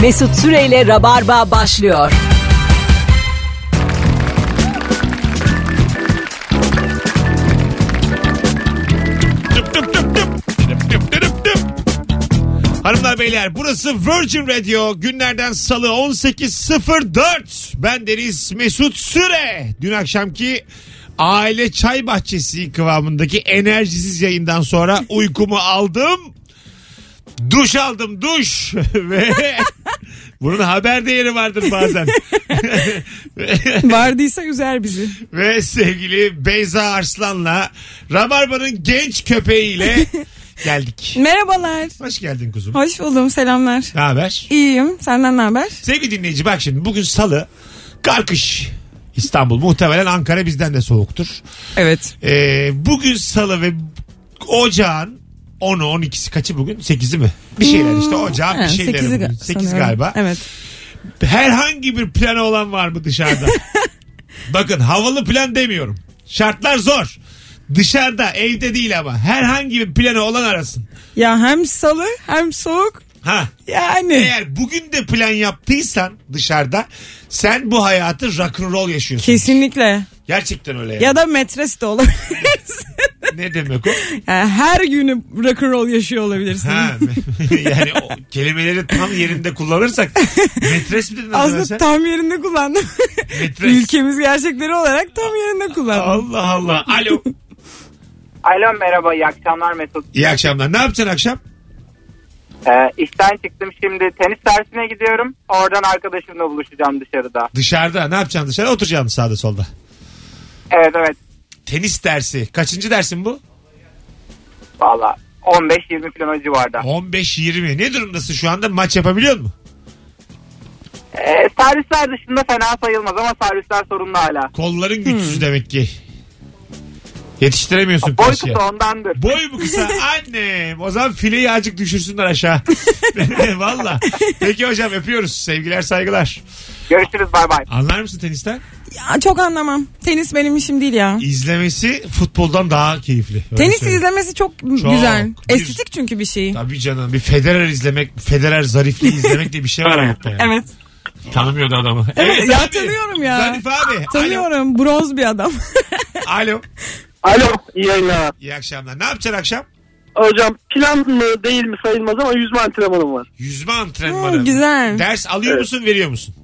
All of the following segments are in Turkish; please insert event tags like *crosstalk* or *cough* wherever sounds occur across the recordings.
Mesut Süreyle Rabarba başlıyor. Tüp tüp tüp tüp. Tüp tüp tüp tüp. Hanımlar beyler burası Virgin Radio günlerden salı 18.04 ben Deniz Mesut Süre dün akşamki aile çay bahçesi kıvamındaki enerjisiz yayından sonra uykumu aldım duş aldım duş *laughs* ve bunun haber değeri vardır bazen Vardıysa üzer bizi. ve sevgili Beyza Arslan'la Rabarba'nın genç köpeğiyle geldik. Merhabalar. Hoş geldin kuzum. Hoş buldum. Selamlar. Ne haber? İyiyim. Senden ne haber? Sevgili dinleyici bak şimdi bugün salı. Karkış. İstanbul muhtemelen Ankara bizden de soğuktur. Evet. Ee, bugün salı ve ocağın 10'u 12'si kaçı bugün? 8'i mi? Bir şeyler işte ocağın bir şeyleri bugün. 8 galiba. Evet. Herhangi bir planı olan var mı dışarıda? Bakın havalı plan demiyorum. Şartlar zor. Dışarıda evde değil ama herhangi bir planı olan arasın. Ya hem salı hem soğuk. Ha Yani. eğer bugün de plan yaptıysan dışarıda sen bu hayatı rock'n'roll yaşıyorsun. Kesinlikle. Gerçekten öyle yani. Ya da metres de *laughs* olabilirsin. Ne *laughs* demek o? Yani her günü rock'n'roll yaşıyor olabilirsin. Ha, *laughs* yani o kelimeleri tam yerinde kullanırsak metres mi dedin az önce *laughs* Aslında sen? tam yerinde kullandım. Metres. Ülkemiz gerçekleri olarak tam yerinde kullandım. Allah Allah. Alo. Alo merhaba iyi akşamlar Mesut. İyi akşamlar. Ne yapacaksın akşam? Ee, işten çıktım şimdi tenis dersine gidiyorum. Oradan arkadaşımla buluşacağım dışarıda. Dışarıda. Ne yapacaksın dışarıda? Oturacaksın sağda solda. Evet evet Tenis dersi. Kaçıncı dersin bu? valla 15-20 kilo civarda. 15-20. Ne durumdasın şu anda? Maç yapabiliyor musun? Ee, servisler dışında fena sayılmaz ama servisler sorunlu hala. Kolların güçsüz Hmm. demek ki. Yetiştiremiyorsun Boy karşıya. kısa ondandır. Boy mu *laughs* kısa? Annem. O zaman fileyi azıcık düşürsünler aşağı. *laughs* Valla. Peki hocam öpüyoruz. Sevgiler saygılar. Görüşürüz bay bay. Anlar mısın tenisten? Ya, çok anlamam. Tenis benim işim değil ya. İzlemesi futboldan daha keyifli. Öyle Tenis söyleyeyim. izlemesi çok, Çok. güzel. Bir- Estetik çünkü bir şey. Tabii canım. Bir Federer izlemek, Federer zarifliği izlemek diye bir şey var hayatta yani. Evet. Tanımıyordu adamı. Evet, ya abi. tanıyorum ya. Zarif abi. Alo. Tanıyorum. Bronz bir adam. *laughs* Alo. Alo iyi yayınlar. İyi akşamlar. Ne yapacaksın akşam? Hocam plan mı değil mi sayılmaz ama yüzme antrenmanım var. Yüzme antrenmanı. Hı, güzel. Ders alıyor Evet. musun, veriyor musun?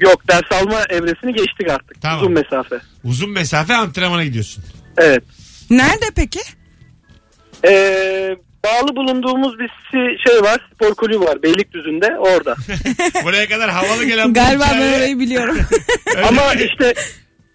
Yok ders alma evresini geçtik artık. Tamam. Uzun mesafe. Uzun mesafe antrenmana gidiyorsun. *laughs* Evet. Nerede peki? Ee, bağlı bulunduğumuz bir si- şey var. Spor kulübü var Beylikdüzü'nde orada. Buraya kadar havalı gelen bu Galiba hikaye- ben *laughs* orayı biliyorum. *laughs* *laughs* Öyle ama mi? işte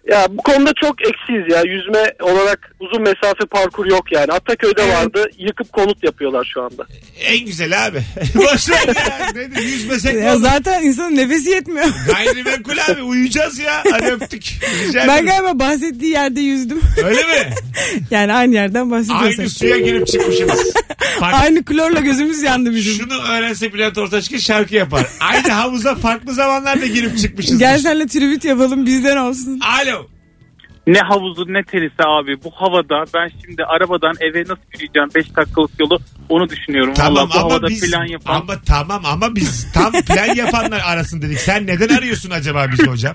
ya bu konuda çok eksiyiz ya. Yüzme olarak uzun mesafe parkur yok yani. Ataköy'de vardı. Yıkıp konut yapıyorlar şu anda. En güzel abi. *laughs* Boş ver ya. Nedir? Yüzmesek ne ya olur? zaten insanın nefesi yetmiyor. Gayrimenkul abi uyuyacağız ya. Hadi öptük. Rica ben ederim. galiba bahsettiği yerde yüzdüm. Öyle mi? *laughs* yani aynı yerden bahsediyorsak. Aynı şey. suya Aynı, girip çıkmışsınız. Fark- klorla gözümüz yandı bizim. Şunu öğrense Bülent Ortaçgil şarkı yapar. Aynı havuza farklı zamanlarda girip çıkmışız. Gel senle tribüt yapalım bizden olsun. Alo. Ne havuzu ne tenisi abi Ee, bu havada ben şimdi arabadan eve nasıl yürüyeceğim 5 dakikalık yolu onu düşünüyorum. Tamam Vallahi bu ama havada biz plan yapan ama tamam ama biz tam plan yapanlar arasın dedik. Sen neden arıyorsun acaba bizi hocam?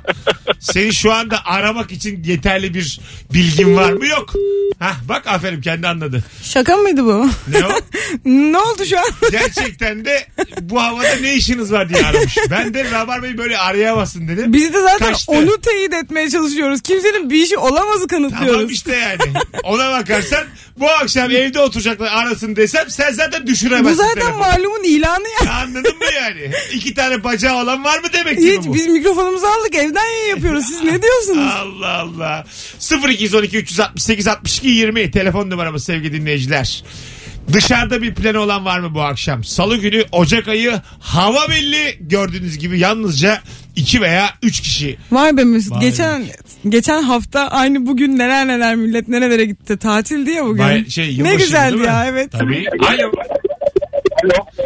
Senin şu anda aramak için yeterli bir bilgin var mı? Yok. Hah bak aferin kendi anladı. Şaka mıydı bu? Ne o? *laughs* ne oldu şu an? Gerçekten de bu havada ne işiniz var diye aramış. Ben de Rabar Bey böyle arayamazsın dedim. Biz de zaten Kaçtı. onu teyit etmeye çalışıyoruz. Kimsenin bir işi olamazı kanıtlıyoruz. Tamam işte yani. Ona bakarsan bu akşam evde oturacaklar arasın desem sen zaten bu düşüremezsin. zaten telefonu. malumun ilanı ya. Anladın mı yani? İki tane bacağı olan var mı demek ki Hiç, bu? biz mikrofonumuzu aldık evden yayın yapıyoruz. Siz ne diyorsunuz? Allah Allah. 0212 368 62 20 telefon numaramız sevgili dinleyiciler. Dışarıda bir planı olan var mı bu akşam? Salı günü Ocak ayı hava belli gördüğünüz gibi yalnızca 2 veya 3 kişi. Vay be Mesut. Vay geçen geçen hafta aynı bugün neler neler millet nerelere gitti. Tatil diye bugün. Bay- şey, ne yılbaşı güzeldi değil mi? ya evet. Tabii. Alo.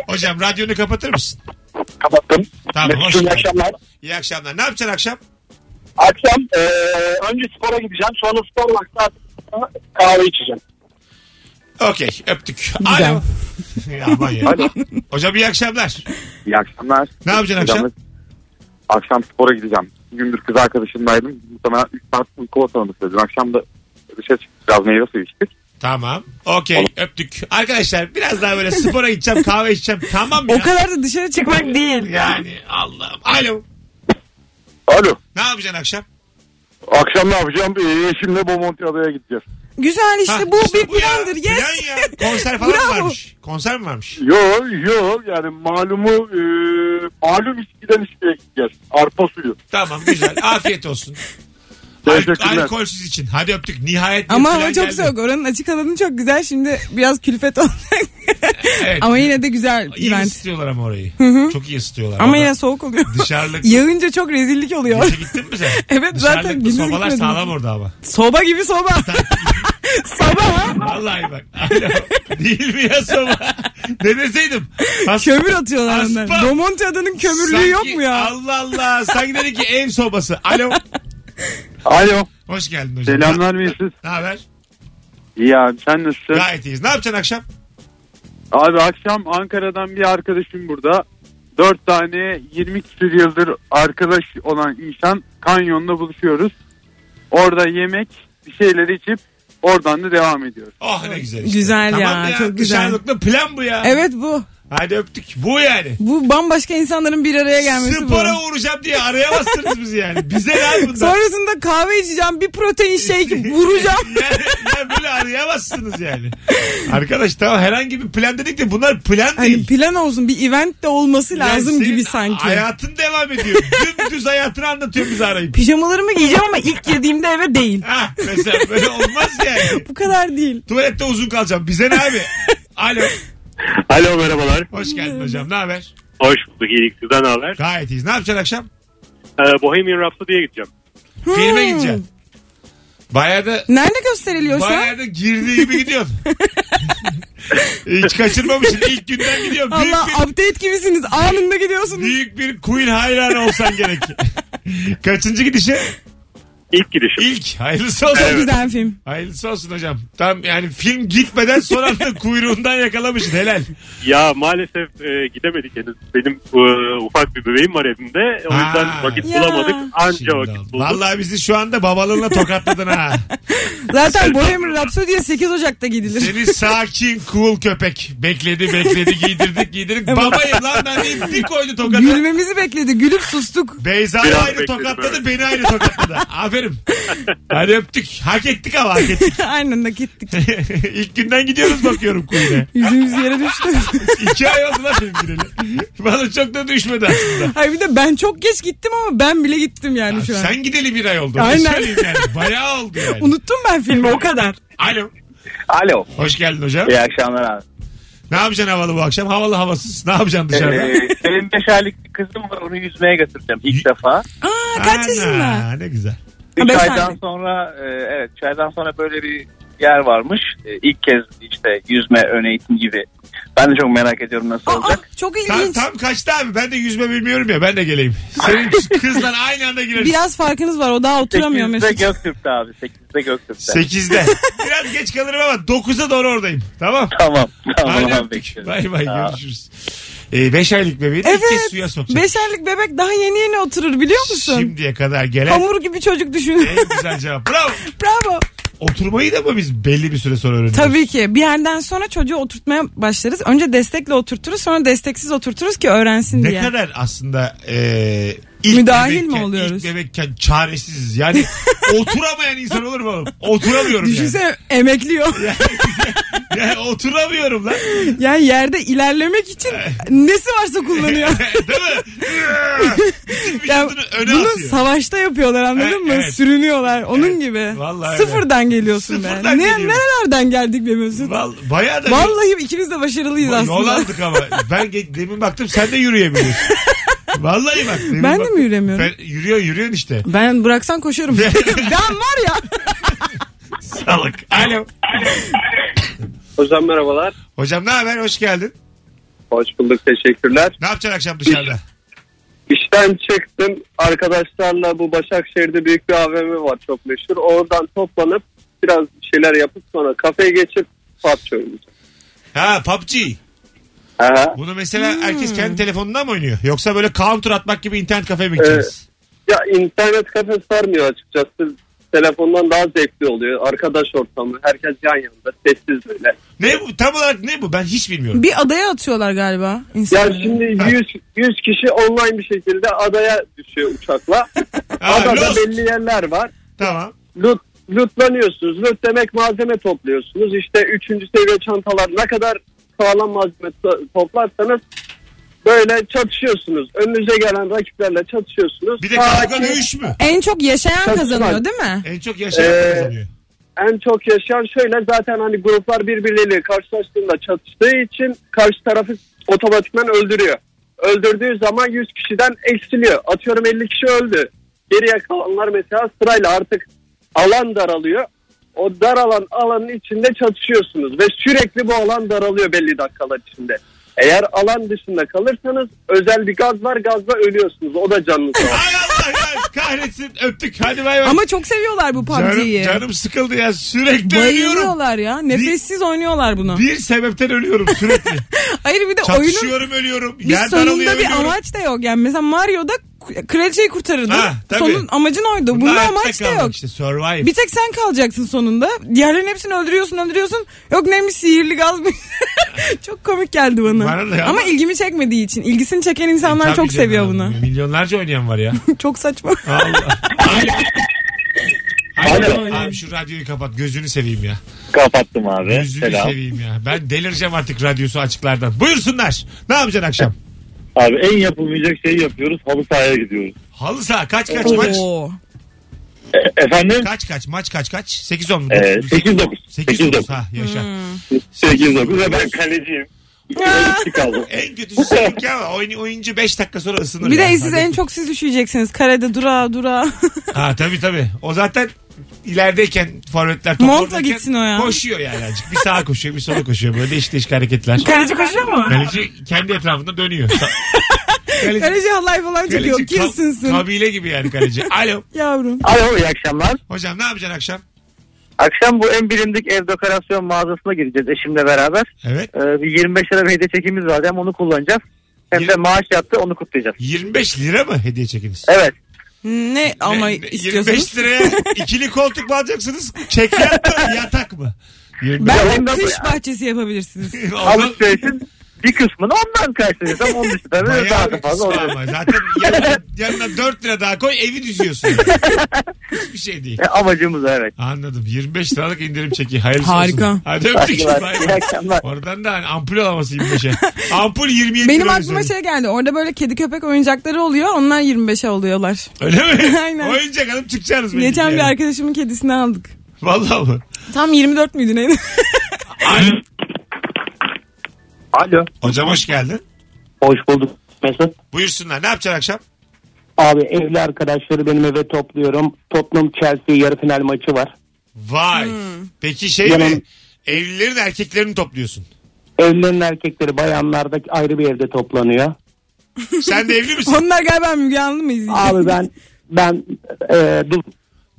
Hocam radyonu kapatır mısın? Kapattım. Tamam hoş iyi geldin. akşamlar. İyi akşamlar. Ne yapacaksın akşam? Akşam ee, önce spora gideceğim. Sonra spor vakti kahve içeceğim. Okey öptük. Güzel. *laughs* Alo. Ya Aman ya. Alo. Hocam iyi akşamlar. İyi akşamlar. Ne yapacaksın akşam? Akşam spora gideceğim. Bir gündür kız arkadaşımdaydım. Muhtemelen 3 saat uyku ortalaması dedim. Akşam da dışarı çıktık. Biraz meyve suyu içtik. Tamam. Okey öptük. Arkadaşlar biraz daha böyle spora gideceğim kahve içeceğim. Tamam ya. O kadar da dışarı çıkmak değil. Yani Allah'ım. Alo. Alo. Ne yapacaksın akşam? *laughs* Akşam ne yapacağım? Ee, eşimle Bomontiada'ya gideceğiz. Güzel işte Ha, bu işte bir ya. plandır. Yes. Plan ya. Konser falan mı Bravo. varmış? Konser mi varmış? Yo yo yani malumu e, malum içkiden içkiye gideceğiz. Arpa suyu. Tamam *laughs* güzel. Afiyet olsun. Al- Teşekkürler. alkolsüz için. Hadi öptük. Nihayet bir Ama plan hava çok geldi. soğuk. Oranın açık alanı çok güzel. Şimdi biraz külfet olacak. Evet. Ama yine de güzel İyi event. ısıtıyorlar ama orayı. Çok iyi ısıtıyorlar. Ama Orada yine soğuk oluyor. Dışarılık. *laughs* Yağınca çok rezillik Gece oluyor. gittin mi sen? *laughs* Evet, zaten Dışarılık gündüz Sobalar gitmedim. sağlam orada ama. soba gibi *laughs* soba. soba ha? Vallahi bak. Alo. Değil mi ya *laughs* soba? ne deseydim? As- Kömür atıyorlar onlar. Aspa. Domonti adının kömürlüğü Sanki- yok mu ya? Allah Allah. Sanki dedi ki ev sobası. Alo. Alo. Hoş geldin hocam. Selamlar Ee, Mesut. Ne haber? İyi abi sen nasılsın? Gayet iyiyiz. Ne yapacaksın akşam? Abi akşam Ankara'dan bir arkadaşım burada. Dört tane 20 küsur yıldır arkadaş olan insan kanyonda buluşuyoruz. Orada yemek bir şeyler içip oradan da devam ediyoruz. Oh ne güzel işte. Güzel ya, Tamam çok güzel. Dışarılıklı plan bu ya. Evet bu. Hadi öptük. Bu yani. Bu bambaşka insanların bir araya gelmesi Spora bu. uğrayacağım diye arayamazsınız bizi yani. Bize ne bundan? Sonrasında kahve içeceğim, bir *laughs* protein shake şey vuracağım. yani, yani böyle arayamazsınız yani. Arkadaş tamam herhangi bir plan dedik de bunlar plan Hani değil. plan olsun bir event de olması Yani lazım senin gibi sanki. Hayatın devam ediyor. Dümdüz hayatını anlatıyor bize arayıp. Pijamalarımı giyeceğim ama ilk girdiğimde eve değil. Ha, mesela böyle olmaz yani. Bu kadar değil. Tuvalette uzun kalacağım. Bize ne abi? Alo. Alo merhabalar. Hoş geldin hocam. Ne haber? Hoş bulduk. İyilik sizden ne haber? Gayet iyiyiz. Ne yapacaksın akşam? Ee, Bohemian Rhapsody'ye gideceğim. Filme Hmm. gideceksin. Bayağı da Nerede gösteriliyor şu an? Bayağı da girdiği gibi *laughs* gidiyorsun. Hiç kaçırmamışsın. İlk günden gidiyorum. Büyük Allah bir, update gibisiniz. Anında gidiyorsunuz. büyük bir Queen hayranı olsan *laughs* gerek. Kaçıncı gidişi? İlk gidişim. İlk. Hayırlısı olsun. Çok güzel film. Hayırlısı olsun hocam. Tam yani film gitmeden son anda kuyruğundan yakalamışsın. Helal. Ya maalesef e, gidemedik henüz. Benim e, ufak bir bebeğim var evimde. O Ha. yüzden vakit Ya. bulamadık. Şimdi Anca aldım. vakit bulduk. Vallahi bizi şu anda babalığınla tokatladın ha. Zaten Bohemian Rhapsody'ye 8 Ocak'ta gidilir. Seni sakin cool köpek. Bekledi bekledi giydirdik giydirdik. Babayım lan ben deyip bir koydu tokadı. Gülmemizi bekledi. Gülüp sustuk. *laughs* Beyza'yı Biraz ayrı bekledim, tokatladı evet. beni ayrı *laughs* tokatladı. Aferin. Hadi öptük. Hak ettik ama hak ettik. *laughs* Aynen nakittik. İlk günden gidiyoruz bakıyorum kuyuna. Yüzümüz yere düştü. İki ay oldu lan benim gireli. Bana çok da düşmedi aslında. Hayır bir de ben çok geç gittim ama ben bile gittim yani Abi şu an. sen gideli bir ay oldu. Aynen. Aynen. Söyleyeyim yani. Bayağı oldu yani. Unuttum ben filmi *laughs* o kadar. Alo. Alo. Hoş geldin hocam. İyi akşamlar abi. Ne yapacaksın havalı bu akşam? Havalı havasız. Ne yapacaksın dışarıda? Ee, benim 5 aylık bir kızım var onu yüzmeye götüreceğim ilk defa. Aa E, kaç Ana, yaşında? Ne güzel. 3 beş aydan aylık. sonra e, evet 3 aydan sonra böyle bir yer varmış. E, ilk kez işte yüzme ön eğitim gibi. Ben de çok merak ediyorum nasıl Aa, olacak. çok Tam, ilginç. tam kaçtı abi? Ben de yüzme bilmiyorum ya. Ben de geleyim. *laughs* Senin kızla aynı anda gireriz. Biraz farkınız var o daha oturamıyor 8'de Mesut. Göktürk'te abi 8'de Göktürk'te. 8'de. *laughs* Biraz geç kalırım ama 9'a doğru oradayım. Tamam. Tamam tamam Hadi abi öptük. bekliyorum. Bay bay Aa. görüşürüz. 5 aylık bebeğini ilk kez Evet. suya sokacak. 5 aylık bebek daha yeni yeni oturur biliyor musun? Şimdiye kadar gelen Hamur gibi çocuk düşün. en güzel cevap. Bravo. *laughs* Bravo. Oturmayı da mı biz belli bir süre sonra öğreniyoruz? Tabii ki. Bir yerden sonra çocuğu oturtmaya başlarız. Önce destekle oturturuz sonra desteksiz oturturuz ki öğrensin Ne diye. kadar aslında e, ilk Müdahil bebekken, mi oluyoruz? ilk bebekken çaresiziz. *laughs* Yani oturamayan insan olur mu oğlum? Oturamıyorum Düşünsene emekliyor. yani. *laughs* Yani oturamıyorum lan. *laughs* Yani yerde ilerlemek için nesi varsa kullanıyor. *laughs* Değil *laughs* mi? Bütün Ya vücudunu öne bunu atıyor. savaşta yapıyorlar Evet, anladın mı? evet. Sürünüyorlar onun Evet, gibi. vallahi öyle. Sıfırdan geliyorsun Sıfırdan be. Ne, geliyorum. nerelerden geldik be Mesut? Vallahi, bayağı da bir- Vallahi ikimiz de başarılıyız aslında. Yol aldık ama. Ben ge- demin baktım sen de yürüyemiyorsun. Vallahi bak. demin Ben de baktım. mi yürüyemiyorum? Ben, yürüyor yürüyorsun işte. Ben bıraksan *laughs* koşarım. *laughs* ben var ya. Salak. Alo. Hocam merhabalar. Hocam ne haber? Hoş geldin. Hoş bulduk teşekkürler. Ne yapacaksın akşam dışarıda? İşten çıktım. Arkadaşlarla bu Başakşehir'de büyük bir AVM var çok meşhur. Oradan toplanıp biraz bir şeyler yapıp sonra kafeye geçip PUBG oynuyoruz. Ha PUBG. Aha. Bunu Hmm. mesela herkes kendi telefonundan mı oynuyor? Yoksa böyle counter atmak gibi internet kafeye mi Ee, gideceğiz? Ya internet kafe sarmıyor açıkçası. Telefondan daha zevkli oluyor. Arkadaş ortamı. Herkes yan yanında. Sessiz böyle. Ne bu? Tam olarak ne bu? Ben hiç bilmiyorum. Bir adaya atıyorlar galiba Ya insanları. şimdi 100, 100 kişi online bir şekilde adaya düşüyor uçakla. *laughs* Aa, Adada Lost. belli yerler var. Tamam. Loot, lootlanıyorsunuz. Loot demek malzeme topluyorsunuz. İşte 3. seviye çantalar ne kadar sağlam malzeme to- toplarsanız böyle çatışıyorsunuz. Önünüze gelen rakiplerle çatışıyorsunuz. Bir de Ta kavga ki dövüş mü? En çok yaşayan Tabii kazanıyor var. değil mi? En çok yaşayan Ee, kazanıyor. En çok yaşayan şöyle zaten hani gruplar birbirleriyle karşılaştığında çatıştığı için karşı tarafı otomatikman öldürüyor. Öldürdüğü zaman 100 kişiden eksiliyor. Atıyorum 50 kişi öldü. Geriye kalanlar mesela sırayla artık alan daralıyor. O daralan alanın içinde çatışıyorsunuz ve sürekli bu alan daralıyor belli dakikalar içinde. Eğer alan dışında kalırsanız özel bir gaz var gazla ölüyorsunuz. O da *laughs* canınızı alıyor. Ay Allah ya, kahretsin öptük. Hadi bay bay. Ama çok seviyorlar bu canım, PUBG'yi. canım sıkıldı ya sürekli ölüyorum. Bayılıyorlar ya. Nefessiz oynuyorlar bunu. Bir sebepten ölüyorum sürekli. Hayır bir de *laughs* oyunun Çatışıyorum ölüyorum. bir Yer daralıyor sonunda bir ölüyorum. amaç da yok. Yani mesela Mario'da k- kraliçeyi kurtarırdın. Ha, tabii. Sonun amacın oydu. Bunda hayatta amaç da kalmak yok. Işte, survive. Bir tek sen kalacaksın sonunda. Diğerlerin hepsini öldürüyorsun öldürüyorsun. Yok neymiş sihirli gaz mı? *laughs* çok komik geldi bana. Bana da ya. E, ama... ilgimi çekmediği için. ilgisini çeken insanlar Tabii çok canım, seviyor bunu. *laughs* Milyonlarca oynayan var ya. çok saçma. Allah. Abi- Abi, Alo. abi şu radyoyu kapat gözünü seveyim ya. Kapattım abi. Gözünü Selam. seveyim ya. Ben delireceğim artık radyosu açıklardan. Buyursunlar. Ne yapacaksın akşam? Abi en yapılmayacak şeyi yapıyoruz. Halı sahaya gidiyoruz. Halı saha kaç kaç maç? Oo. E- efendim? Kaç kaç maç kaç kaç? 8 10 Ee, 8-9. 8 8-9. ha yaşa. Hmm. 8-9 ve ben kaleciyim. Ya. İki kaldı. En kötüsü seninki ama oyun, oyuncu 5 dakika sonra ısınır. Bir ya. de siz Hadi. en çok siz üşüyeceksiniz. Karede dura dura. Ha tabii tabii. O zaten ilerideyken forvetler top Montla oradayken gitsin o ya. Koşuyor yani azıcık. Bir sağa koşuyor bir sola koşuyor. Böyle değişik değişik hareketler. *laughs* Kaleci koşuyor mu? Kaleci kendi etrafında dönüyor. Sa- kaleci, *laughs* Kaleci halay falan çekiyor. kaleci ka- Kimsin sen? kabile gibi yani kaleci. Alo. Yavrum. *laughs* Alo iyi akşamlar. Hocam ne yapacaksın akşam? Akşam bu en bilindik ev dekorasyon mağazasına gireceğiz eşimle beraber. Evet. Ee, bir 25 lira bir hediye çekimiz vardı hem onu kullanacağız. Hem de Yirmi- maaş yattı onu kutlayacağız. 25 lira mı hediye çekiniz? Evet. Ne ama Ne- ne- istiyorsunuz? 25 liraya ikili koltuk mu alacaksınız? Çekyat mı? Yatak mı? 25 Ben Ondan- kış bahçesi yapabilirsiniz. Ondan- Alışverişin bir kısmını ondan karşılayacağım. Onun dışında da Bayağı daha bir şey. da fazla kısmı olacak. ama. Zaten yanına, yanına 4 lira daha koy evi düzüyorsun. yani. Hiçbir şey değil. E, Amacımız evet. Anladım. 25 liralık indirim çeki. Hayırlısı Harika. olsun. Hadi öptük. Saygılar, Bay iyi bay. akşamlar. Oradan da hani ampul alaması *laughs* 25'e. Ampul 27 Benim lira aklıma üzerine. şey geldi. Orada böyle kedi köpek oyuncakları oluyor. Onlar 25'e oluyorlar. Öyle mi? şey- *laughs* Aynen. Oyuncak alıp çıkacaksınız. belki Geçen yani. bir arkadaşımın kedisini aldık. Vallahi mı? Tam 24 müydü neydi? *laughs* Alo. Alo. Hocam hoş geldin. Hoş bulduk Mesut. Buyursunlar. Ne yapacaksın akşam? Abi evli arkadaşları benim eve topluyorum. Tottenham Chelsea yarı final maçı var. Vay. Hmm. Peki şey mi? Yanım- Evlilerin erkeklerini topluyorsun. Evlerin erkekleri bayanlarda ayrı bir evde toplanıyor. Sen de evli misin? Onlar galiba Müge Anlı mı izleyecek? Abi ben ben e, dur.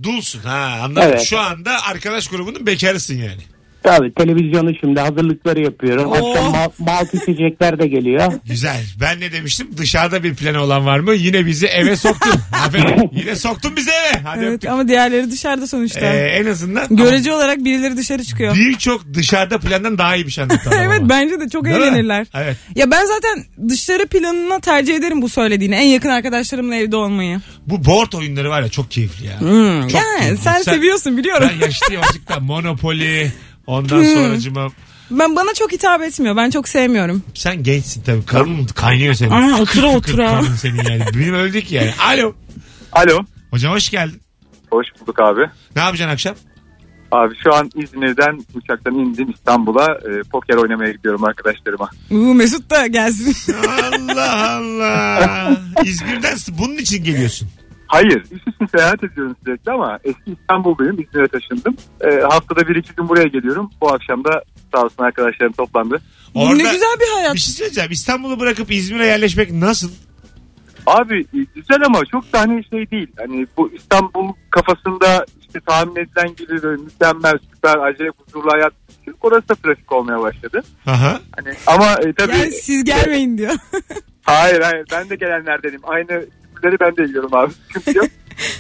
Dulsun ha anladım. Evet. Şu anda arkadaş grubunun bekarısın yani. Tabii televizyonu şimdi hazırlıkları Oh. yapıyorum. Akşam mal, malt içecekler de geliyor. Güzel. Ben ne demiştim? Dışarıda bir planı olan var mı? Yine bizi eve soktun. Aferin. Yine soktun bizi eve. Hadi *laughs* Evet öptük. ama diğerleri dışarıda sonuçta. Ee, en azından Görece olarak birileri dışarı çıkıyor. birçok dışarıda plandan daha iyi bir şey anlattı. *laughs* evet ama. bence de çok Değil mi? eğlenirler. Evet. Ya ben zaten dışarı planına tercih ederim bu söylediğini. En yakın arkadaşlarımla evde olmayı. Bu board oyunları var ya çok keyifli ya. Hmm. Çok Yani keyifli. sen, seviyorsun biliyorum. Ben yaşlıyım azıcık da Monopoly ondan Hmm. sonracıma *laughs* Ben bana çok hitap etmiyor. Ben çok sevmiyorum. sen gençsin tabii kanın kaynıyor senin. Aa, otura Kıkır kıkır otura. Kanın senin yani. Benim öldük yani. Alo. Alo. Hocam hoş geldin. Hoş bulduk abi. Ne yapacaksın akşam? Abi şu an İzmir'den uçaktan indim İstanbul'a. E, poker oynamaya gidiyorum arkadaşlarıma. Uu, Mesut da gelsin. *laughs* Allah Allah. İzmir'den bunun için geliyorsun. Hayır, *laughs* iş için seyahat ediyorum sürekli ama eski İstanbul'dayım, İzmir'e taşındım. E, haftada bir iki gün buraya geliyorum. Bu akşam da sağ olsun arkadaşlarım toplandı. Orada- ne güzel bir hayat. Bir şey söyleyeceğim. İstanbul'u bırakıp İzmir'e yerleşmek nasıl? Abi e, güzel ama çok da hani şey değil. Hani bu İstanbul kafasında işte işte tahmin edilen gibi mükemmel, süper, acayip huzurlu hayat. Çünkü orası da trafik olmaya başladı. Aha. Hani ama e, tabii şey- Yani siz gelmeyin diyor. hayır hayır ben de gelenlerdenim. Aynı küpürleri ben de yiyorum abi. *laughs* Çünkü yok.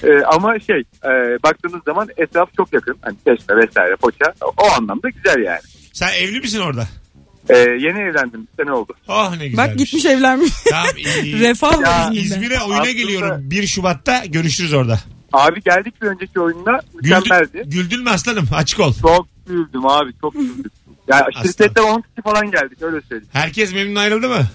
E, ama şey e, baktığınız zaman etraf çok yakın. Hani Çeşme vesaire Foça. O anlamda güzel yani. Sen evli misin orada? E, yeni evlendim. Bir sene oldu. Oh ne güzelmiş. Bak gitmiş evlenmiş. *laughs* Tamam iyi. Refah Ya, var İzmir'de. İzmir'e oyuna Aslında- geliyorum. 1 Şubat'ta görüşürüz orada. Abi geldik bir önceki oyunda mükemmeldi. Güldün, güldün mü aslanım? Açık ol. Çok güldüm abi *laughs* çok güldüm. Yani Aslan. şirkette 10 kişi falan geldik öyle söyleyeyim. Herkes memnun ayrıldı mı?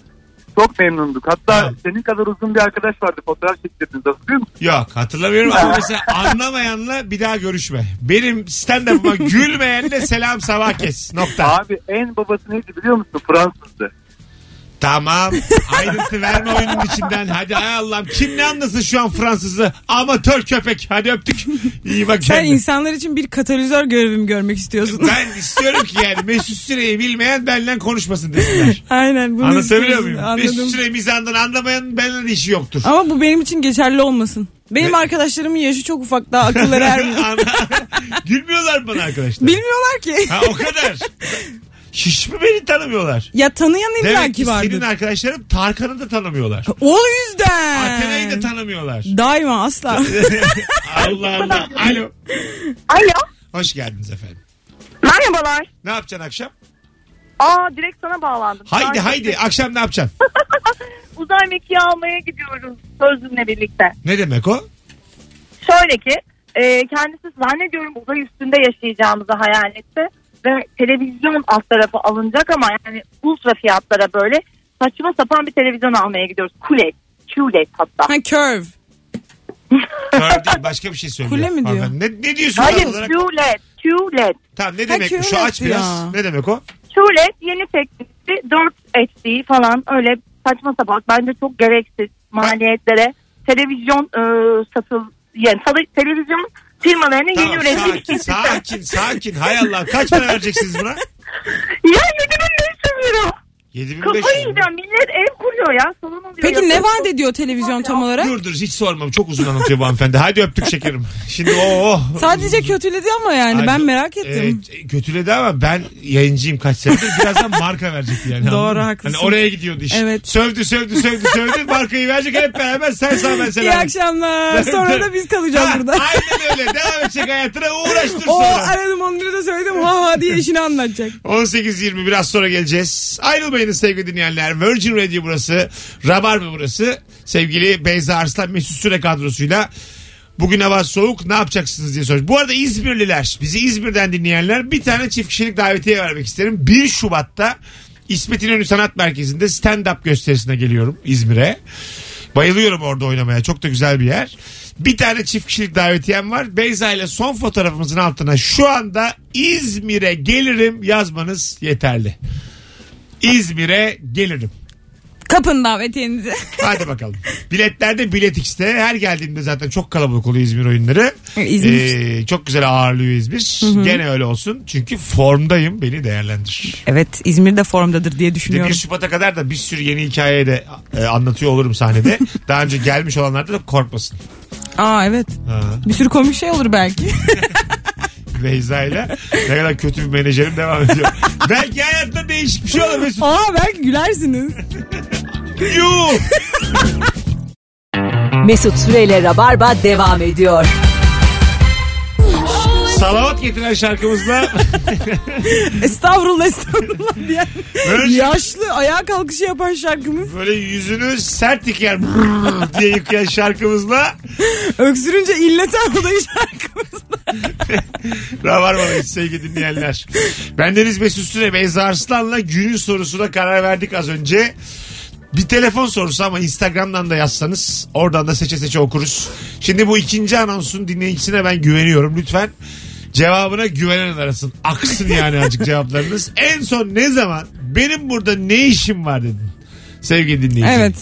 Çok memnunduk. Hatta Ha. senin kadar uzun bir arkadaş vardı fotoğraf çektirdiniz hatırlıyor musun? Yok hatırlamıyorum ama mesela anlamayanla bir daha görüşme. Benim stand-up'ıma gülmeyenle selam sabah kes. Nokta. Abi en babası neydi biliyor musun? Fransızdı. *laughs* Tamam. Ayrıntı verme oyunun içinden. Hadi ay Allah'ım. Kim ne anlasın şu an Fransızı? Amatör köpek. Hadi öptük. İyi bak Sen kendine. insanlar için bir katalizör görevimi görmek istiyorsun. Ben istiyorum ki yani Mesut Süre'yi bilmeyen benimle konuşmasın desinler. *laughs* Aynen. *laughs* Bunu Anlatabiliyor istiyorsun. muyum? şey- Mesut Anladım. Süre mizandan anlamayanın benimle de işi yoktur. Ama bu benim için geçerli olmasın. Benim Ne? arkadaşlarımın yaşı çok ufak daha *laughs* akılları ermiyor. Gülmüyorlar mı bana arkadaşlar? Bilmiyorlar ki. ha o kadar. Hiç mi beni tanımıyorlar? Ya tanıyan illa Demek ki ki vardır. senin arkadaşlarım Tarkan'ı da tanımıyorlar. O yüzden. Athena'yı da *laughs* tanımıyorlar. *laughs* Daima asla. Allah Allah. Alo. Alo. Hoş geldiniz efendim. Merhabalar. Ne yapacaksın akşam? Aa direkt sana bağlandım. Haydi Uzay- haydi akşam ne yapacaksın? Uzay mekiği almaya gidiyoruz sözlümle birlikte. Ne demek o? Şöyle ki e, kendisi zannediyorum uzay üstünde yaşayacağımızı hayal etti. Ve televizyon alt tarafı alınacak ama yani ultra fiyatlara böyle saçma sapan bir televizyon almaya gidiyoruz. Kule. QLED hatta. ha curve. Kör değil, başka bir şey söylüyor. Kule mi diyor? Hanımefendi. Ne, ne diyorsun Hayır tam olarak? QLED. QLED. Tamam ne demek Ha, bu? Şu aç kürnet ya. biraz. Ne demek o? QLED yeni teknikli 4 HD falan öyle saçma sapan bence çok gereksiz maliyetlere televizyon e, satıl yani salı- televizyon firmalarının yeni Tamam üretim sakin sakin sakin. Hay Allah kaç para vereceksiniz buna? ya 7500 lira. 7500 Kafayı lira. yiyeceğim millet ev kuruyor ya salon oluyor. Peki ne Yapıyor. vaat ediyor televizyon tam olarak? Dur dur hiç sormam. Çok uzun anlatıyor bu hanımefendi. Hadi öptük şekerim. Şimdi oh, o o. Sadece kötüledi ama yani Ay, e, ben dur. merak ettim. Hani Evet, kötüledi ama ben yayıncıyım kaç senedir. Birazdan marka verecekti yani. *laughs* Doğru, anladın mı? haklısın. Hani oraya gidiyordu iş. Evet. Sövdü sövdü sövdü sövdü. Markayı verecek hep beraber sen sağ ben İyi selam. *laughs* akşamlar. Sonra da biz kalacağız Ha, *laughs* burada. Aynen öyle. Devam edecek hayatına uğraştır O sonra. aradım onları da söyledim ha ha diye işini anlatacak. 18.20 biraz sonra geleceğiz. Ayrılmayınız sevgili dinleyenler. Virgin Radio burası. Rabarba burası. Sevgili Beyza Arslan Mesut Süre kadrosuyla. Bugün hava soğuk ne yapacaksınız diye sormuş. Bu arada İzmirliler bizi İzmir'den dinleyenler bir tane çift kişilik davetiye vermek isterim. 1 Şubat'ta İsmet İnönü Sanat Merkezi'nde stand-up gösterisine geliyorum İzmir'e. Bayılıyorum orada oynamaya. Çok da güzel bir yer. Bir tane çift kişilik davetiyem var. Beyza ile son fotoğrafımızın altına şu anda İzmir'e gelirim yazmanız yeterli. İzmir'e gelirim. Kapın davetiyenizi. Hadi bakalım. Biletlerde Bilet X'te. Her geldiğimde zaten çok kalabalık oluyor İzmir oyunları. İzmir. Ee, çok güzel ağırlıyor İzmir. Gene öyle olsun. Çünkü formdayım. Beni değerlendir. Evet İzmir de formdadır diye Bir de düşünüyorum. 1 Şubat'a kadar da bir sürü yeni hikaye de e, anlatıyor olurum sahnede. Daha önce gelmiş olanlarda da korkmasın. Aa evet. Ha. Bir sürü komik şey *laughs* olur belki. Beyza ile ne kadar kötü bir menajerim devam ediyor. Belki hayatta değişik bir şey olur Mesut. Aa belki gülersiniz. Yuh! Mesut Süreyle Rabarba devam ediyor. Salavat getiren şarkımızla Estağfurullah estağfurullah diyen Virgin yaşlı ayağa kalkışı yapan şarkımız. böyle yüzünü sert yıkayan brrr *laughs* diye yıkayan şarkımızla Öksürünce illeten odayı şarkımızla. Rabarba'dayız sevgili dinleyenler. Bendeniz Mesut Süre Beyza Arslan'la günün sorusuna karar verdik az önce. Bir telefon sorusu ama Instagram'dan da yazsanız oradan da seçe seçe okuruz. Şimdi bu ikinci anonsun dinleyicisine ben güveniyorum lütfen. Cevabına güvenen arasın. Aksın yani azıcık cevaplarınız. En son ne zaman benim burada ne işim var dedin sevgili dinleyici. Evet.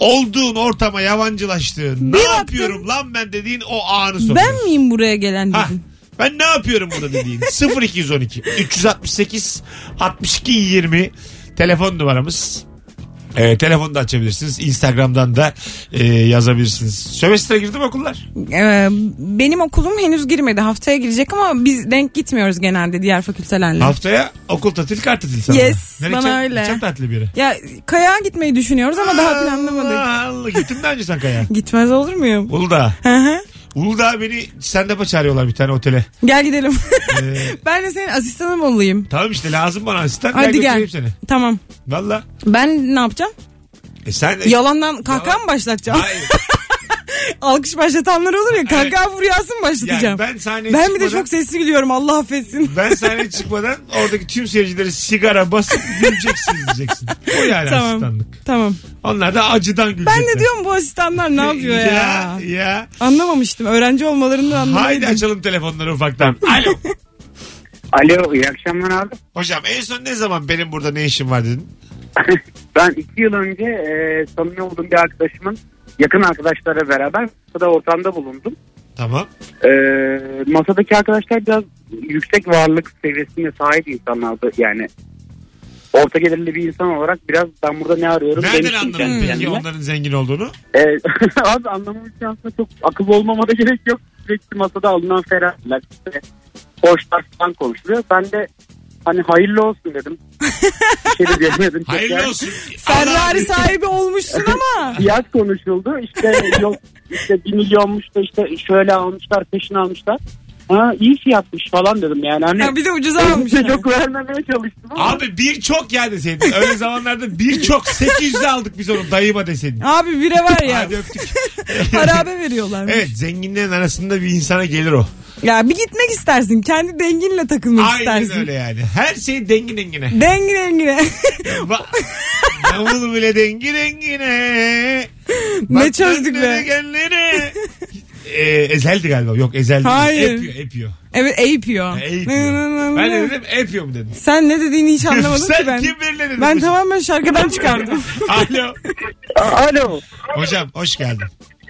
Olduğun ortama yabancılaştığın ne Bir baktım- yapıyorum lan ben dediğin o anı soruyor. Ben miyim buraya gelen Ha, dedim. ben ne yapıyorum burada *laughs* dediğin 0212 368 62 20 telefon numaramız. E, telefonu da açabilirsiniz. Instagram'dan da e, yazabilirsiniz. Sömestre girdi mi okullar? Ee, benim okulum henüz girmedi. Haftaya girecek ama biz denk gitmiyoruz genelde diğer fakültelerle. Haftaya okul tatil kar tatil sana. Yes, bana gideceksin? öyle. Gideceksin tatili bir yere. ya kayağa gitmeyi düşünüyoruz ama daha planlamadık. Allah Allah. Gittin daha önce sen kaya. Gitmez olur muyum? Uludağ. Hı hı. Uludağ beni stand-up'a çağırıyorlar bir tane otele. Gel gidelim. Ee, *laughs* ben de senin asistanım olayım. tamam işte lazım bana asistan. Hadi götüreyim gel. Seni. Tamam. Valla. Ben ne yapacağım? E sen Yalandan kahkaha mı başlatacağım? Hayır. *laughs* Alkış başlatanlar olur ya kahkaha furyası mı Yani başlatacağım? ben sahneye ben bir de çıkmadan- çok sesli gülüyorum *laughs* Allah affetsin. Ben sahneye çıkmadan oradaki tüm seyircileri sigara basıp güleceksiniz diyeceksin. O yani Tamam. asistanlık. Tamam. Onlar da acıdan Ben gülecekler. de diyorum bu asistanlar ne yapıyor ya? Ya, ya. Anlamamıştım. Öğrenci olmalarını Haydi anlamadım. açalım telefonları ufaktan. Alo. Alo iyi akşamlar abi. *laughs* Hocam en son ne zaman benim burada ne işim var dedin? Ben iki yıl önce e, samimi olduğum bir arkadaşımın yakın arkadaşlara beraber masada ortamda bulundum. Tamam. E, masadaki arkadaşlar biraz yüksek varlık seviyesine sahip insanlardı. Yani orta gelirli bir insan olarak biraz ben burada ne arıyorum? Nereden demiştim anladın kendi peki kendime. onların zengin olduğunu? E, *laughs* abi anlamamın şansına çok akıllı olmama da *laughs* gerek yok. Sürekli masada alınan ferahlar, işte hoşlar falan konuşuluyor. Ben de hani hayırlı olsun dedim. Bir şey *laughs* de diyemedim. Çok yani. Hayırlı olsun. Ferrari sahibi olmuşsun *laughs* ama. fiyat konuşuldu. İşte yok işte bir milyonmuş da işte şöyle almışlar peşini almışlar. Ha iyi fiyatmış falan dedim yani. Hani Ya bir de ucuza almış. elbise çok vermemeye çalıştım ama. Abi birçok ya deseydin. Öyle zamanlarda birçok 800 aldık biz onu dayıma deseydin. Abi bire var ya. Hadi öptük. harabe veriyorlar. Evet zenginlerin arasında bir insana gelir o. Ya bir gitmek istersin. Kendi denginle takılmak Aynen istersin. öyle yani. Her şey dengi *laughs* dengine. Dengi dengine. Va- Davul bile dengi dengine. *laughs* ne çözdük kendine be. kendine. Ee, ezeldi galiba. Yok ezeldi. Hayır. Epiyor, epiyor. Evet eğipiyor. Epiyor. ben de dedim epiyor mu *laughs* dedim. Sen ne dediğini *laughs* hiç anlamadın Sen ki ben. kim birine dedin? Ben tamamen *laughs* şarkıdan çıkardım. Alo. Alo. Hocam hoş geldin.